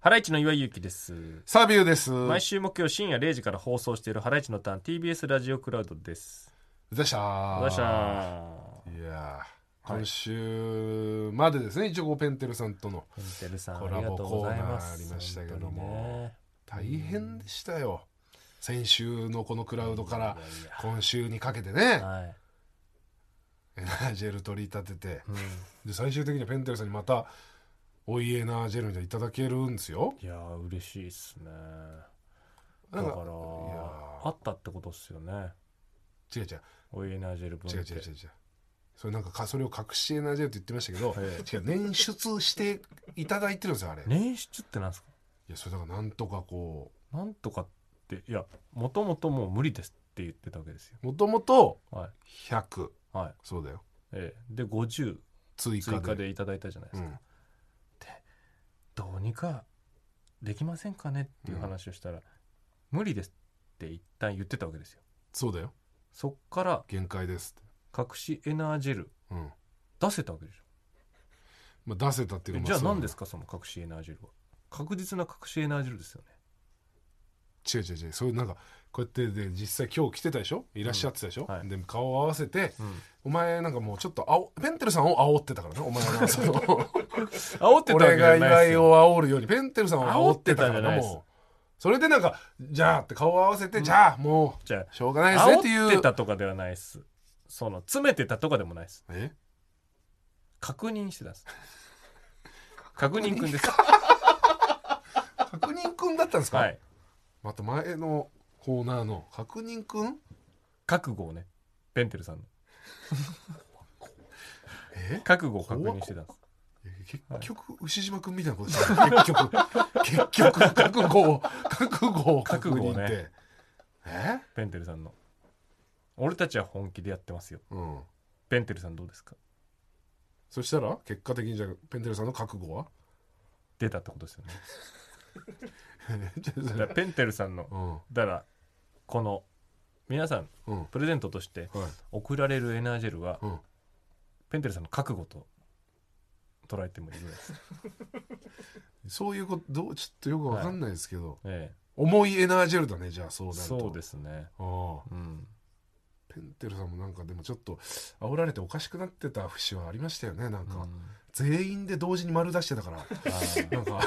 ハライチの岩井ゆきです。サビューです。毎週木曜深夜0時から放送しているハライチのターン TBS ラジオクラウドです。でしたーどうしたいやー今週までですね、一応こうペンテルさんとのペンテルさんあコりラがボとうごコーざいナまーす。ありましたけど本当にも、ね大変でしたよ。先週のこのクラウドかいやらいや今週にかけてね、はい。エナージェル取り立てて、うんで最終的にはペンテルさんにまたおいエナージェルみたいないただけるんですよ。いやー嬉しいですね。だなかんからいやあったってことですよね。ー違う違う。お家ナージェル分違う違う違う違うそれなんかかそれを隠しエナジェルって言ってましたけど、え違う捻出していただいてるんですよあれ、捻出ってなんですか。いやそれだからなんとかこなんとかっていやもともともう無理ですって言ってたわけですよ。うもともとはい100はい。そうだよええで50追加追で加でいただいたじゃないでうすか。ん、どうにかできませんかねっていう話をしたら、無理ですって一旦言ってたわけですよ。そうだよそっから限界ですっ隠しエナージェルて、うん出せたわけでしょ。まあ、出せたっていうえのじゃあ何ですすかその隠しエナージェルは。確実な隠しエナージェルですよね。違う違う違うそういうなんかこうやってで実際今日来てたでしょいらっしゃってたでしょ、うんはいで顔を合わせて、うんお前なんかもうちょっとあおペンテルさんを煽ってたからねお前 はその煽ってたわけ 俺じゃがない意です外よ。を煽るようにペンテルさんを煽ってた煽ってたかじゃらないねですもうそれでなんかじゃあって顔を合わせて、じゃあもじゃうしょうがないですあねってい煽うってたとかではないです。その詰めてたとかでもないです。え確認してた んです。確認くんです。確認くんだったんですか、はい。また前のコーナーの確認くん覚悟をね、ペンテル さんのえ覚悟を確認してたんです。結局牛島くんみたいなことしてる結局結局覚悟を覚悟を確認覚って、悟ねえペンテルさんの俺たちは本気でやってますようんペンテルさんどうですかそしたら結果的にじゃあペンテルさんの覚悟は出たってことですよ ねちょっとそだれからペンテルさんのうんだからこの皆さんうんはプレゼントとしてい送られるエナージェルはうんペンテルさんの覚悟と捉えてもいいぐらい です、そういうことどうちょっとよくわかんないですけど、え重いエナージェルだねじゃあそうえ、なるとそうですねああうんペンテルさんもなんかでもちょっと煽られておかしくなってた節はありましたよねなんか、うん全員で同時に丸出してたからあーなんか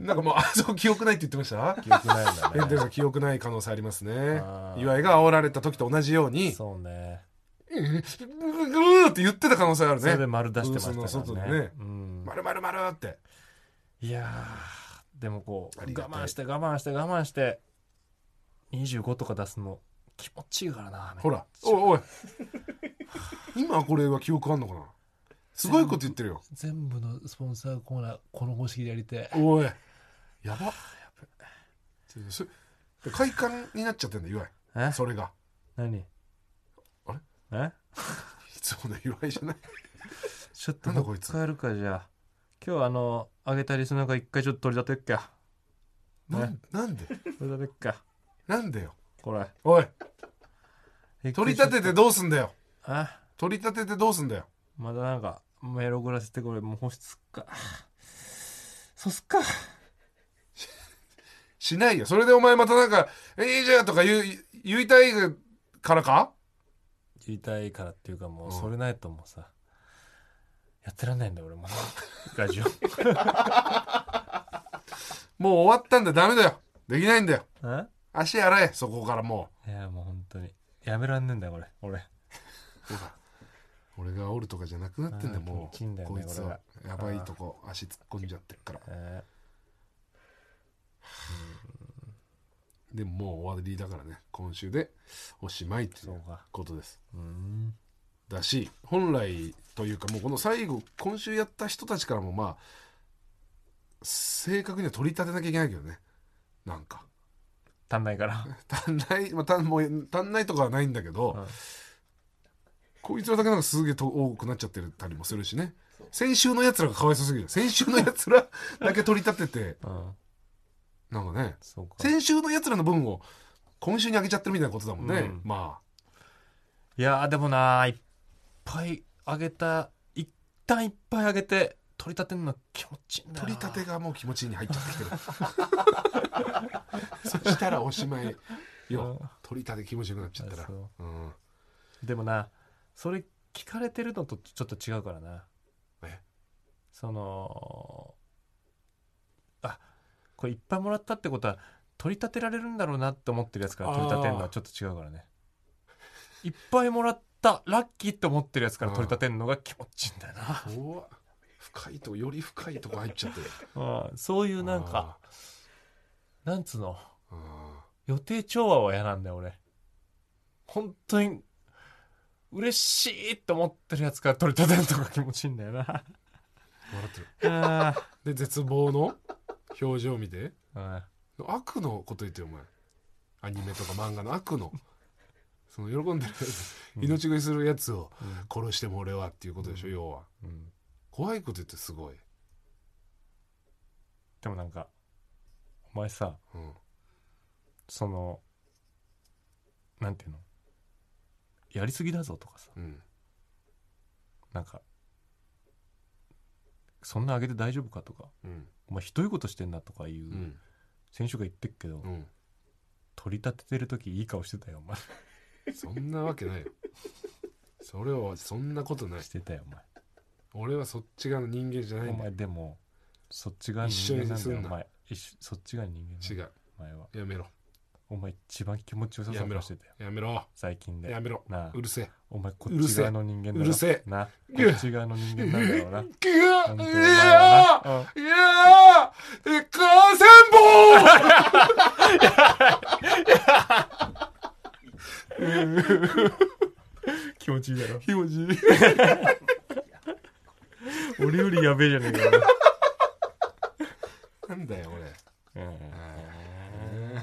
なんかもうあそう記憶ないって言ってました記憶ないんだペ ンテルさねん記憶ない可能性ありますねあー岩井が煽られた時と同じようにそうねうんぐーって言ってた可能性あるそれでね丸出してまブースしのた外かでらねねうんまるまるまるっていやーでもこうあ我りがたい慢して我慢して我慢して25とか出すの気持ちいいからなほらおいおい 今これは記憶あんのかなすごいこと言ってるよ全部のスポンサーコーナーこの方式でやりておいやばちょっとそ快感になっちゃってんだ岩井えそれが何あれえいつもの岩井じゃないちょっとなんだもうこい一つ回やるかじゃあ今日あのあげたリスナーが一回ちょっと取り立てっかなんなんで取り立てっかなんだよこれおい一回 取り立てちょてっどうすんだよとあ取り立ててどうすんだよまだなんかメログラスってこれもう保湿すっかそうすっかしないよそれでお前またなんか「えいいじゃん」とか言う言いたいからか言いたいからっていうかもううんそれないともうさ、やってらんないんだよ 俺もラジオもう終わったんだダメだよできないんだよえ足洗えそこからもいやもう本当にやめらんねえんだよこれ俺うほら俺がおるとかじゃなくなってんだよあーも気持ちいいんうだよねこいつはこれやばいとこ足突っ込んじゃってるからえでももう終わりだからね今週でおしまいっていそううかことですうーんだし本来というかもうこの最後今週やった人たちからもまあ正確には取り立てなきゃいけないけどねなんか足んないから、足んない、まあ、足んもう足んないとかはないんだけど、うんこいつらだけなんかすげえと多くなっちゃってたりもするしね先週のやつらがかわいそうすぎる先週のやつらだけ取り立ててうん、なんかねそうか先週のやつらの分を今週にあげちゃってるみたいなことだもんね、うんまあいやーでもなーいっぱいあげた一旦いっぱいあげて取り立てるの気持ちいいんだよ取り立てがもう気持ちいいに入っちゃっ てきてるそしたらおしまいようん取り立て気持ちよくなっちゃったあらそううんでもなそれ聞かれてるのとちょっと違うからなえそのあこれいっぱいもらったってことは取り立てられるんだろうなって思ってるやつから取り立てるのはちょっと違うからねいっぱいもらったラッキーって思ってるやつから取り立てるのが気持ちいいんだよな、怖っ深いとこより深いとこ入っちゃってるうんそういうなんかなんつうのあーあ予定調和は嫌なんだよ俺本当に嬉しいって思ってるやつから取り立てるのが気持ちいいんだよなー笑ってるあで絶望の表情を見てあ、悪のこと言ってよお前アニメとか漫画の悪 のその喜んでるうん命食いするやつを殺しても俺はっていうことでしょ、う要はうん怖いこと言ってすごい、でもなんかお前さうん、そのなんていうのやりすぎだぞとかさうん、なんかそんな上げて大丈夫かとかうん、、お前ひどいことしてんだとかいううん選手が言ってっけど、うん、取り立ててる時いい顔してたよお前そんなわけないよ。それは、そんなことないし。てたよお俺はそっち側の人間じゃな 前おいんだ前よ。でもそっちが人間なんだ一緒によすんおな前一緒そっちが人間違なんだよう。お前はやめろ。お前一番気持ちよさそうな顔してたよやめろ。最近でやめろ。なあうるせえ。お前こうっるちせえ側の人間だろうるせえなこぐっっち側の人間なんだろうなぐわちゃんいとお前やはなうんーい やーえ、河川気持ちいいだろ気持ちいい。俺よりやべえじゃねえかなんだよ、俺。俺うんえ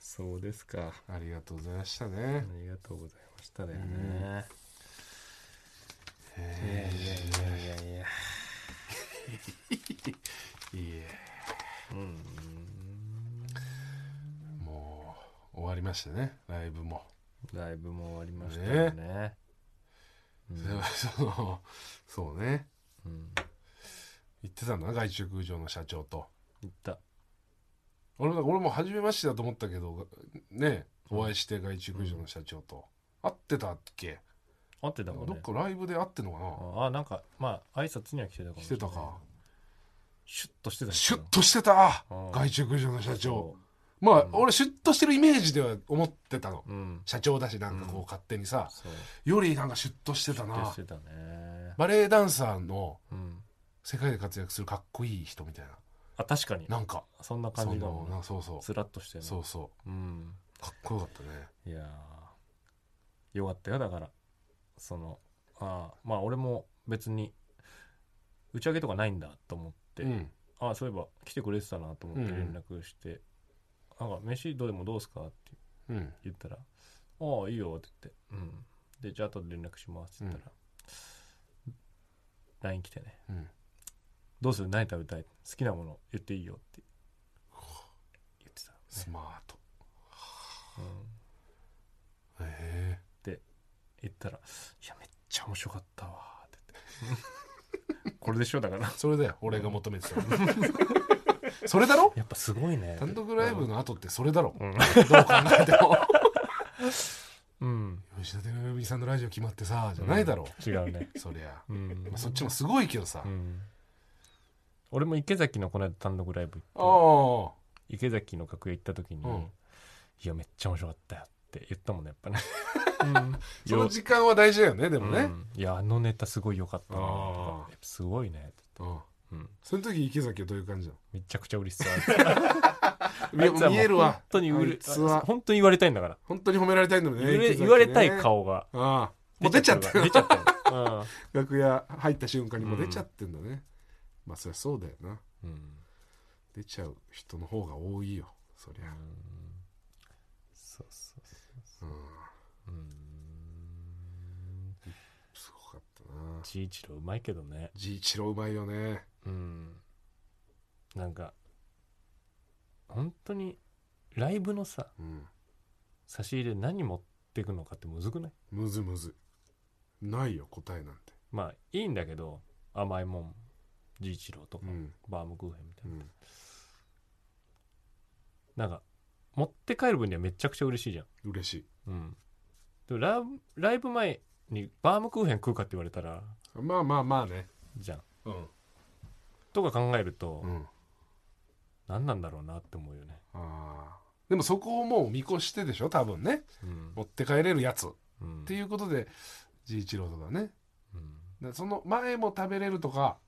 そうですかーありがとうございましたあね。りがとうございましただよねいやいやえいやいやいやーいいえ、うんもう終わりましたね、ライブも。 ライブも終わりましたよねうんそれはその、そうね。うん言ってたんだな、外食場の社長と。行った俺も俺も初めましてだと思ったけどねお会いして外注駆除の社長と、会ってたっけ合ってたかどねっかライブで会ってんのかな、あなんかまあ挨拶には来てたかも来してれたないかシュッとしてたけどシュッとしてたうん外注駆除の社長そまあ、うん俺シュッとしてるイメージでは思ってたのううん社長だしなんかこううん勝手にさ、そうよりなんかシュッとしてたシュッとなしてたねバレエダンサーのうん世界で活躍するかっこいい人みたいあ確かにななんかそんな感そじだものんななんかそうそうスラッとしてるそうそううんうかっこよかったねいやーよかったよだからそのあーまあ俺も別に打ち上げとかないんだと思って、うんああそういえば来てくれてたなと思ってうんうん連絡して「なんか飯どうでもどうすか?」ってうん言ったら「ああいいよ」って言って「うん、でじゃあ後で連絡します」って言ったら、LINE 来てねうん「どうする何食べたい好きなもの言っていいよ」って言ってたのね、スマートうんへ言ったら「いやめっちゃ面白かったわ」って言ってこれでしょだからえそれだよ俺が求めてたのそれだろ やっぱすごいね単独ライブの後ってそれだろ、うんどう考えても うん吉田照美さんのラジオ決まってさじゃないだろ、違うねそりゃ、うんまあ、そっちもすごいけどさ、うん俺も池崎のこの間単独ライブ行ってあ池崎の楽屋行った時に「うんいやめっちゃ面白かったよ」って言ったもんねやっぱね あその時間は大事だよねでもね、うんいやあのネタすごい良かったなああやっぱすごいねってうん言って、うん、その時池崎はどういう感じなめちゃくちゃ嬉し そうのあいつはもう見えるわ本当にうあいれつは本当に言われたいんだから本当に褒められたいんだろうね言わ池れ崎ね言われたい顔がああもう出ちゃった出ちゃ ったよ。楽屋入った瞬間にもう出ちゃってんだね、まあそりゃそうだよなうん。出ちゃう人の方が多いよそりゃ、そうそうそうん、う。うん。すごかったなちいちろうまいけどね。じいちろうまいよねうん。なんか、本当に、ライブのさ、うん差し入れ何持ってくのかってむずくないむずむずないよ答えなんてまあ、いいんだけど、甘いもん治一郎とか、うんバームクーヘンみたいうな、んなんか持って帰る分にはめちゃくちゃ嬉しいじゃん嬉しいうんでもラライブ前にバームクーヘン食うかって言われたらまあまあまあねじゃんうんとか考えると、うん何なんだろうなって思うよねあーでもそこをもう見越してでしょ多分ねうん持って帰れるやつっうんていうことで治一郎とかねうんだからその前も食べれるとか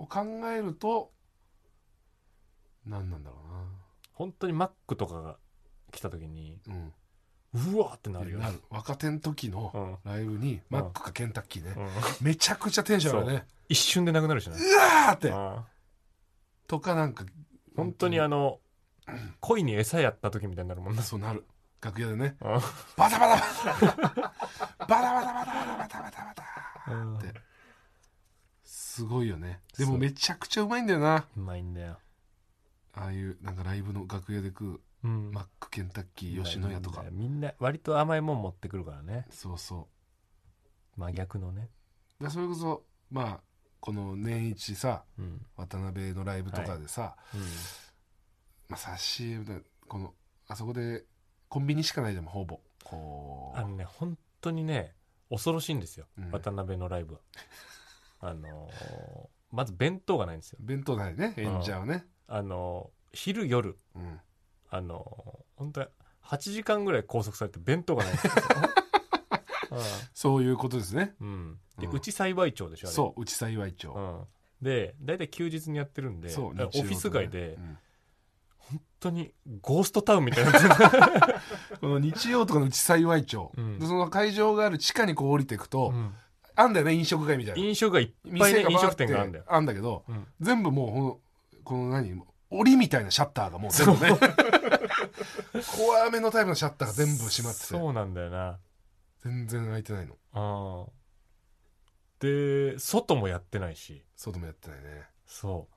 を考えると何なんだろ本当にマックとかが来た時にうなうんうわーってなるよねなる若手の時うのんライブにうんマックかケンタッキーねうんめちゃくちゃテンション上がるね 一瞬でなくなるしねうわーってうんとかなんか本当にあのの恋に餌やった時みたいになるもんなそうなる楽屋でねうんバタバタバタバタバタバタバタバタバタうんすごいよねでもそうめちゃくちゃうまいんだよなうまいんだよああいうなんかライブの楽屋で食ううんマックケンタッキー吉野家とかみんな割と甘いもん持ってくるからねそうそう真逆のねでそれこそまあこの年一さうん渡辺のライブとかでさ、まあ差し入れみたいなこのあそこでコンビニしかないでもほぼこあのね本当にね恐ろしいんですよ、うん渡辺のライブはあのーまず弁当がないんですよう弁当ないね演者はねあのー昼夜うんあのー本当に8時間ぐらい拘束されて弁当がないんです よ、そういうことですねうんうん、でうんうち幸い町でしょあれそう内幸町、うん、で大体休日にやってるんでそうだから日曜オフィス街でとかね本当にゴーストタウンみ たいになってるうんこの日曜とかの内幸町、うんでその会場がある地下にこう降りていくと、うんあんだよね飲食街みたいな飲食がいっぱいねバー飲って食店があるんだよ、あんだけどうん全部もうほのこの何檻みたいなシャッターがもう全 部ね怖めのタイプのシャッターが全部閉まっててそうなんだよな全然開いてないのあで外もやってないし外もやってないね、そ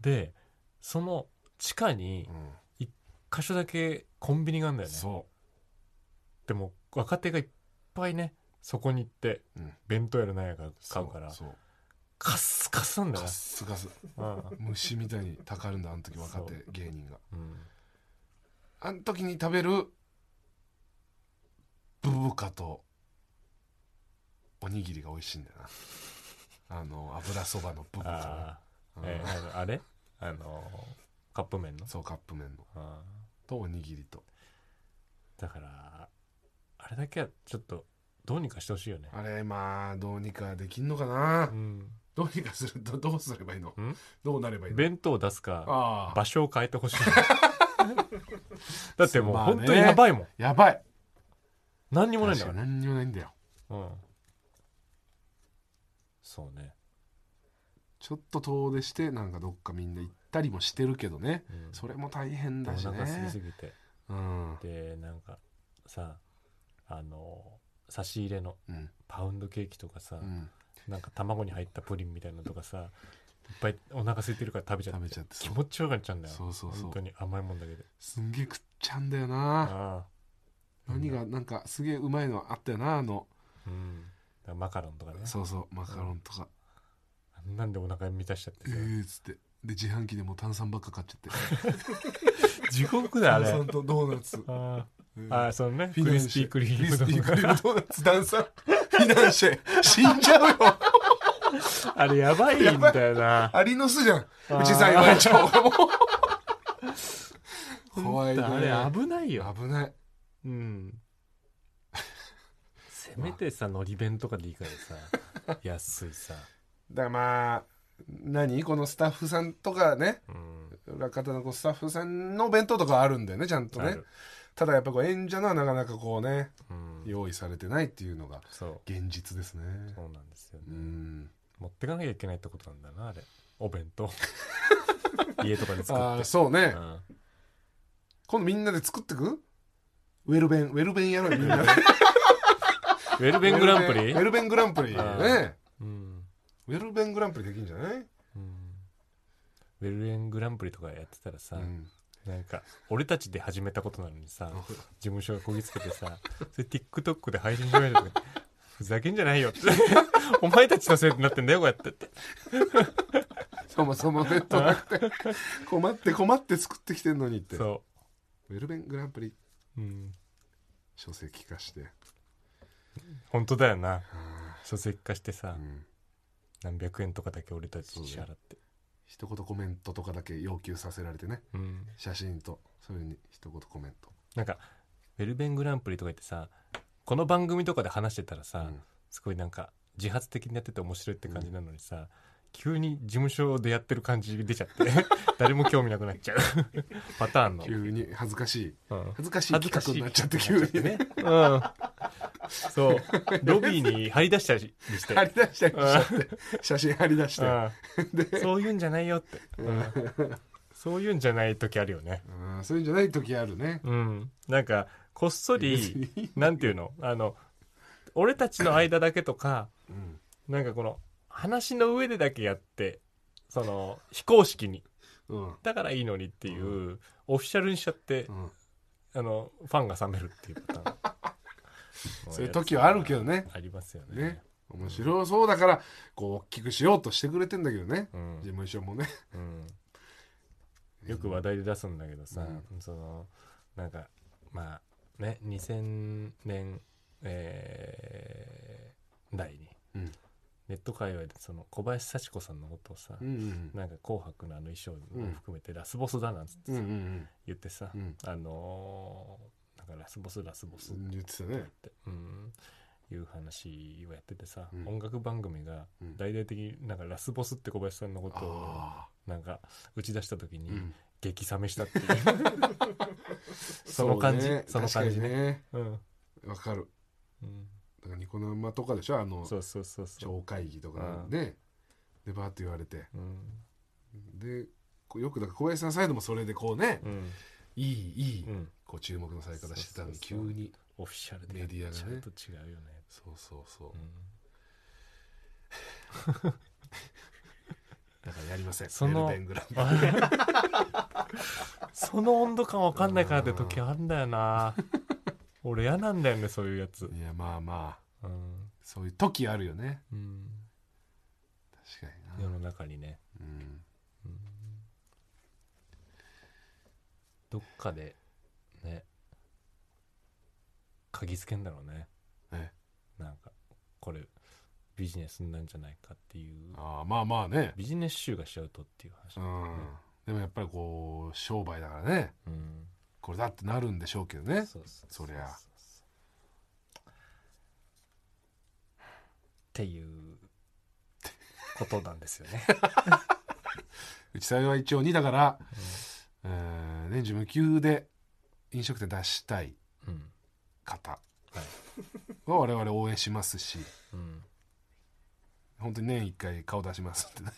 うでその地下にうん1箇所だけコンビニがあるんだよねそでも若手がいっぱいねそこに行ってう、うん、弁当やらなんやか買うからそうカッスカスなんだカよッスカスな虫みたいにたかるんだあの時若手そう芸人がうんうんあの時に食べるブブカとおにぎりが美味しいんだよ なあの油そばのブブカあね、ーえうんーあのあれあのカップ麺のそうカップ麺のあとおにぎりとーだからあれだけはちょっとどうにかしてほしいよねあれまあどうにかできんのかな、うんどうにかするとどうすればいいの、んどうなればいいの弁当を出すかああ場所を変えて ほしいだってもうまあね本当にやばいもん、やばい何にもないん確だかかにら何にもないんだようんそうね、ちょっと遠出してなんかどっかみんな行ったりもしてるけどねうん、それも大変おだし腹空きすねぎてうんでなんかさあの差し入れのうんパウンドケーキとかさ、うんなんか卵に入ったプリンみたいなのとかさいっぱいお腹空いてるから食べちゃっ食てべちゃって気そう持ちよくなっちゃうんだよそうそうそう本当に甘いもんだけどすんげえ食っちゃうんだよなああ何がなんかすげえうまいのあったよなあのうんだからマカロンとかねそうそうマカロンとかあんなんでお腹満たしちゃってうさーっつってで自販機でもう炭酸ばっか買っちゃって地獄だあ炭れ酸とドーナツあうんあああそのねクフィナンリシスピェークリームクリスピとークリかームドーナツダンサーフィナンシェ死んじゃうよあれやばいんだよなアリの巣じゃん うちさんあ今ちゃうもう怖いねあれ危ないよ危ないうんせめてさのり弁とかでいいから さ安いさだからまあ何このスタッフさんとかねうん裏方のこうスタッフさんの弁当とかあるんだよねちゃんとあねるただやっぱこう演者のはなかなかこうねうん用意されてないっていうのがそう現実ですねそうなんですよねうん持ってかなきゃいけないってことなんだなあれお弁 当家とかで作あっあてそうねうん今度みんなで作ってくウェルベンウェルベンやろうよみんなでウェルベングランプウェリルベングランプリあーねうんウェルベングランプリできんじゃないうんウェルベングランプリとかやってたらうさ、んなんか俺たちで始めたことなのにさ事務所がこぎつけてさ それ TikTok で配信しましたとか ふざけんじゃないよってお前たちのせいになってんだよこうやってってそもそもネットなくて困って困って作ってきてんのにってウそェルベングランプリう、うん、書籍化して、本当だよなあ書籍化してさ、ーうん、何百円とかだけ俺たちそうだ支よ払って一言コメントとかだけ要求させられてねう、ん、写真とそれに一言コメント、なんかウェルベングランプリとか言ってさこの番組とかで話してたらさ、うんすごいなんか自発的にやってて面白いって感じなのにさ、急に事務所でやってる感じ出ちゃって 誰も興味なくなっ ちゃうパターンの、急に恥ずかしいうん恥ずかしい企画になっちゃって急にねね、うん、そうロビーに張り出したりして貼り出したりしちゃって写真貼り出して うんそういうんじゃないよって、うんそういうんじゃない時あるよねうんそういうんじゃない時あるねうんなんかこっそ別 りになんていうのあの俺たちの間だけとかうんなんかこの話の上でだけやってその非公式にうんうんだからいいのにっていう、オフィシャルにしちゃって、あのファンが冷めるっていうパターン そういう時はあるけどねありますよねね面白そうだからこう大きくしようとしてくれてんだけどねうん事務所もねうんよく話題で出すんだけどさ、そのなんかまあね2000年、えー、代にうんネット界隈でその小林幸子さんのことをさ、うんうんなんか「紅白」のあの衣装うもん含めてラスボスだなんつってうんうさんうん言ってさ、うんあのーなんかラスボスラスボスうっん言ってたねて、うん、いう話をやっててさ、うん音楽番組がうん大々的になんかラスボスって小林さんのことをあなんか打ち出した時に、ーうん激冷めしたっていうその感じうねその感じ確かにねうん、わかるうん、だからニコ生とかでしょあのそうそうそうそう、超会議とかうんででバーって言われてうんでこうよくだから小林さんサイドもそれでこうねうんいいいいうん、こう注目のされ方してたのにそ急うそうそうにオフィシャルでメディアがねちゃんと違うよね、、そうそうそううんだからやりませんそのベルベングランプあれ その温度感わかんないからって時あんだよ な俺嫌なんだよねそういうやつリいやまあまあうん、そういう時あるよねうん、確かに世なの中にね、うんうん、どっかでね鍵つけんだろうねねなんかこれビジネスなんじゃないかっていうああまあまあねビジネス集がしちゃうとっていう話、うんでもやっぱりこう商売だからねうんこれだってなるんでしょうけどねそうそうそりゃうそうっていうことなんですよ ねうちさえは一応2だからうん年中無休で飲食店出したいうん方はいは我々応援しますしうん本当に年1回顔出しますってね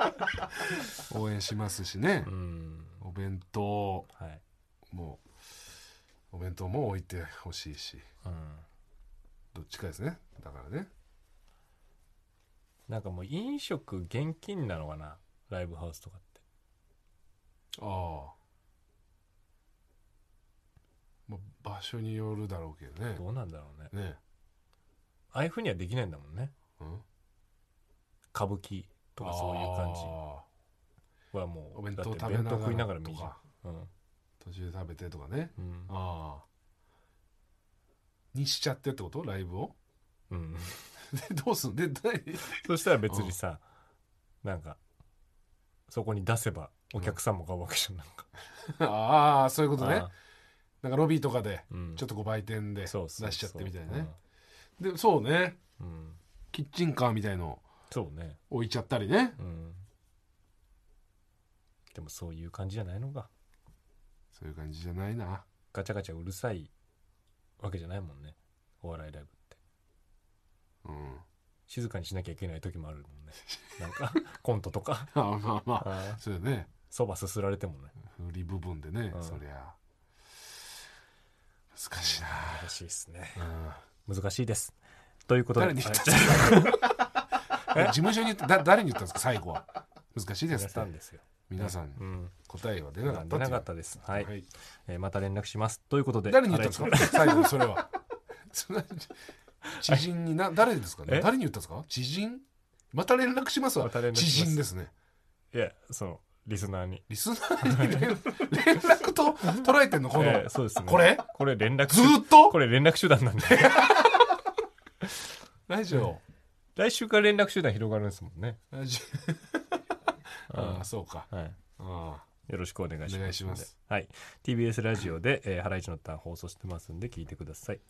応援しますしねうんお弁当はいもお弁当も置いてほしいしうんどっちかですねだからねなんかもう飲食現金なのかなライブハウスとかってああまあ場所によるだろうけどねどうなんだろうねねああいうふうにはできないんだもんねうん歌舞伎とかそういう感じああはもうお弁当だって食べな弁当食いなががらら見とるじゃんかうん途中で食べてとかねうんああにしちゃってってことライブを うん、でどうすんで何そしたら別にさ、なんかそこに出せばお客さんも買うわけじゃんなんか、ああそういうことねあなんかロビーとかでーうんちょっとこう売店で出そうそうそうしちゃってみたいなねでそうねうん、うんキッチンカーみたいのそうね置いちゃったりねうんでもそういう感じじゃないのかそういう感じじゃないなガチャガチャうるさいわけじゃないもんねお笑いライブってうん 静かにしなきゃいけない時もあるもんねなんかコントとかああまあまああーそうよねそばすすられてもね振り部分でねうんそりゃ難しい難しいですねな難しいですということで誰に言ったんはいうん事務所に言ってだ誰に言ったんですか最後は難しいで皆すさんってですよ、皆さんうん、答えは出出なかったっていうなかったですはい、はいえーまた連絡しますということで誰に言ったん荒井ですか最後にそれはそれは 知人にな誰ですかねえ誰に言ったんですか知人また連絡しますわまた連絡します知人ですねいやそのリスナーに、リスナーに連連絡 と捉えてんのこの、ええそうですねこれこれ連絡ずーっとこれ連絡手段なんで ラジオ来週から連絡手段広がるんですもんねラジオああそうかはいあよろしくお願いしますお願いしますはい TBS ラジオで、えー、ハライチのターン放送してますんで聞いてください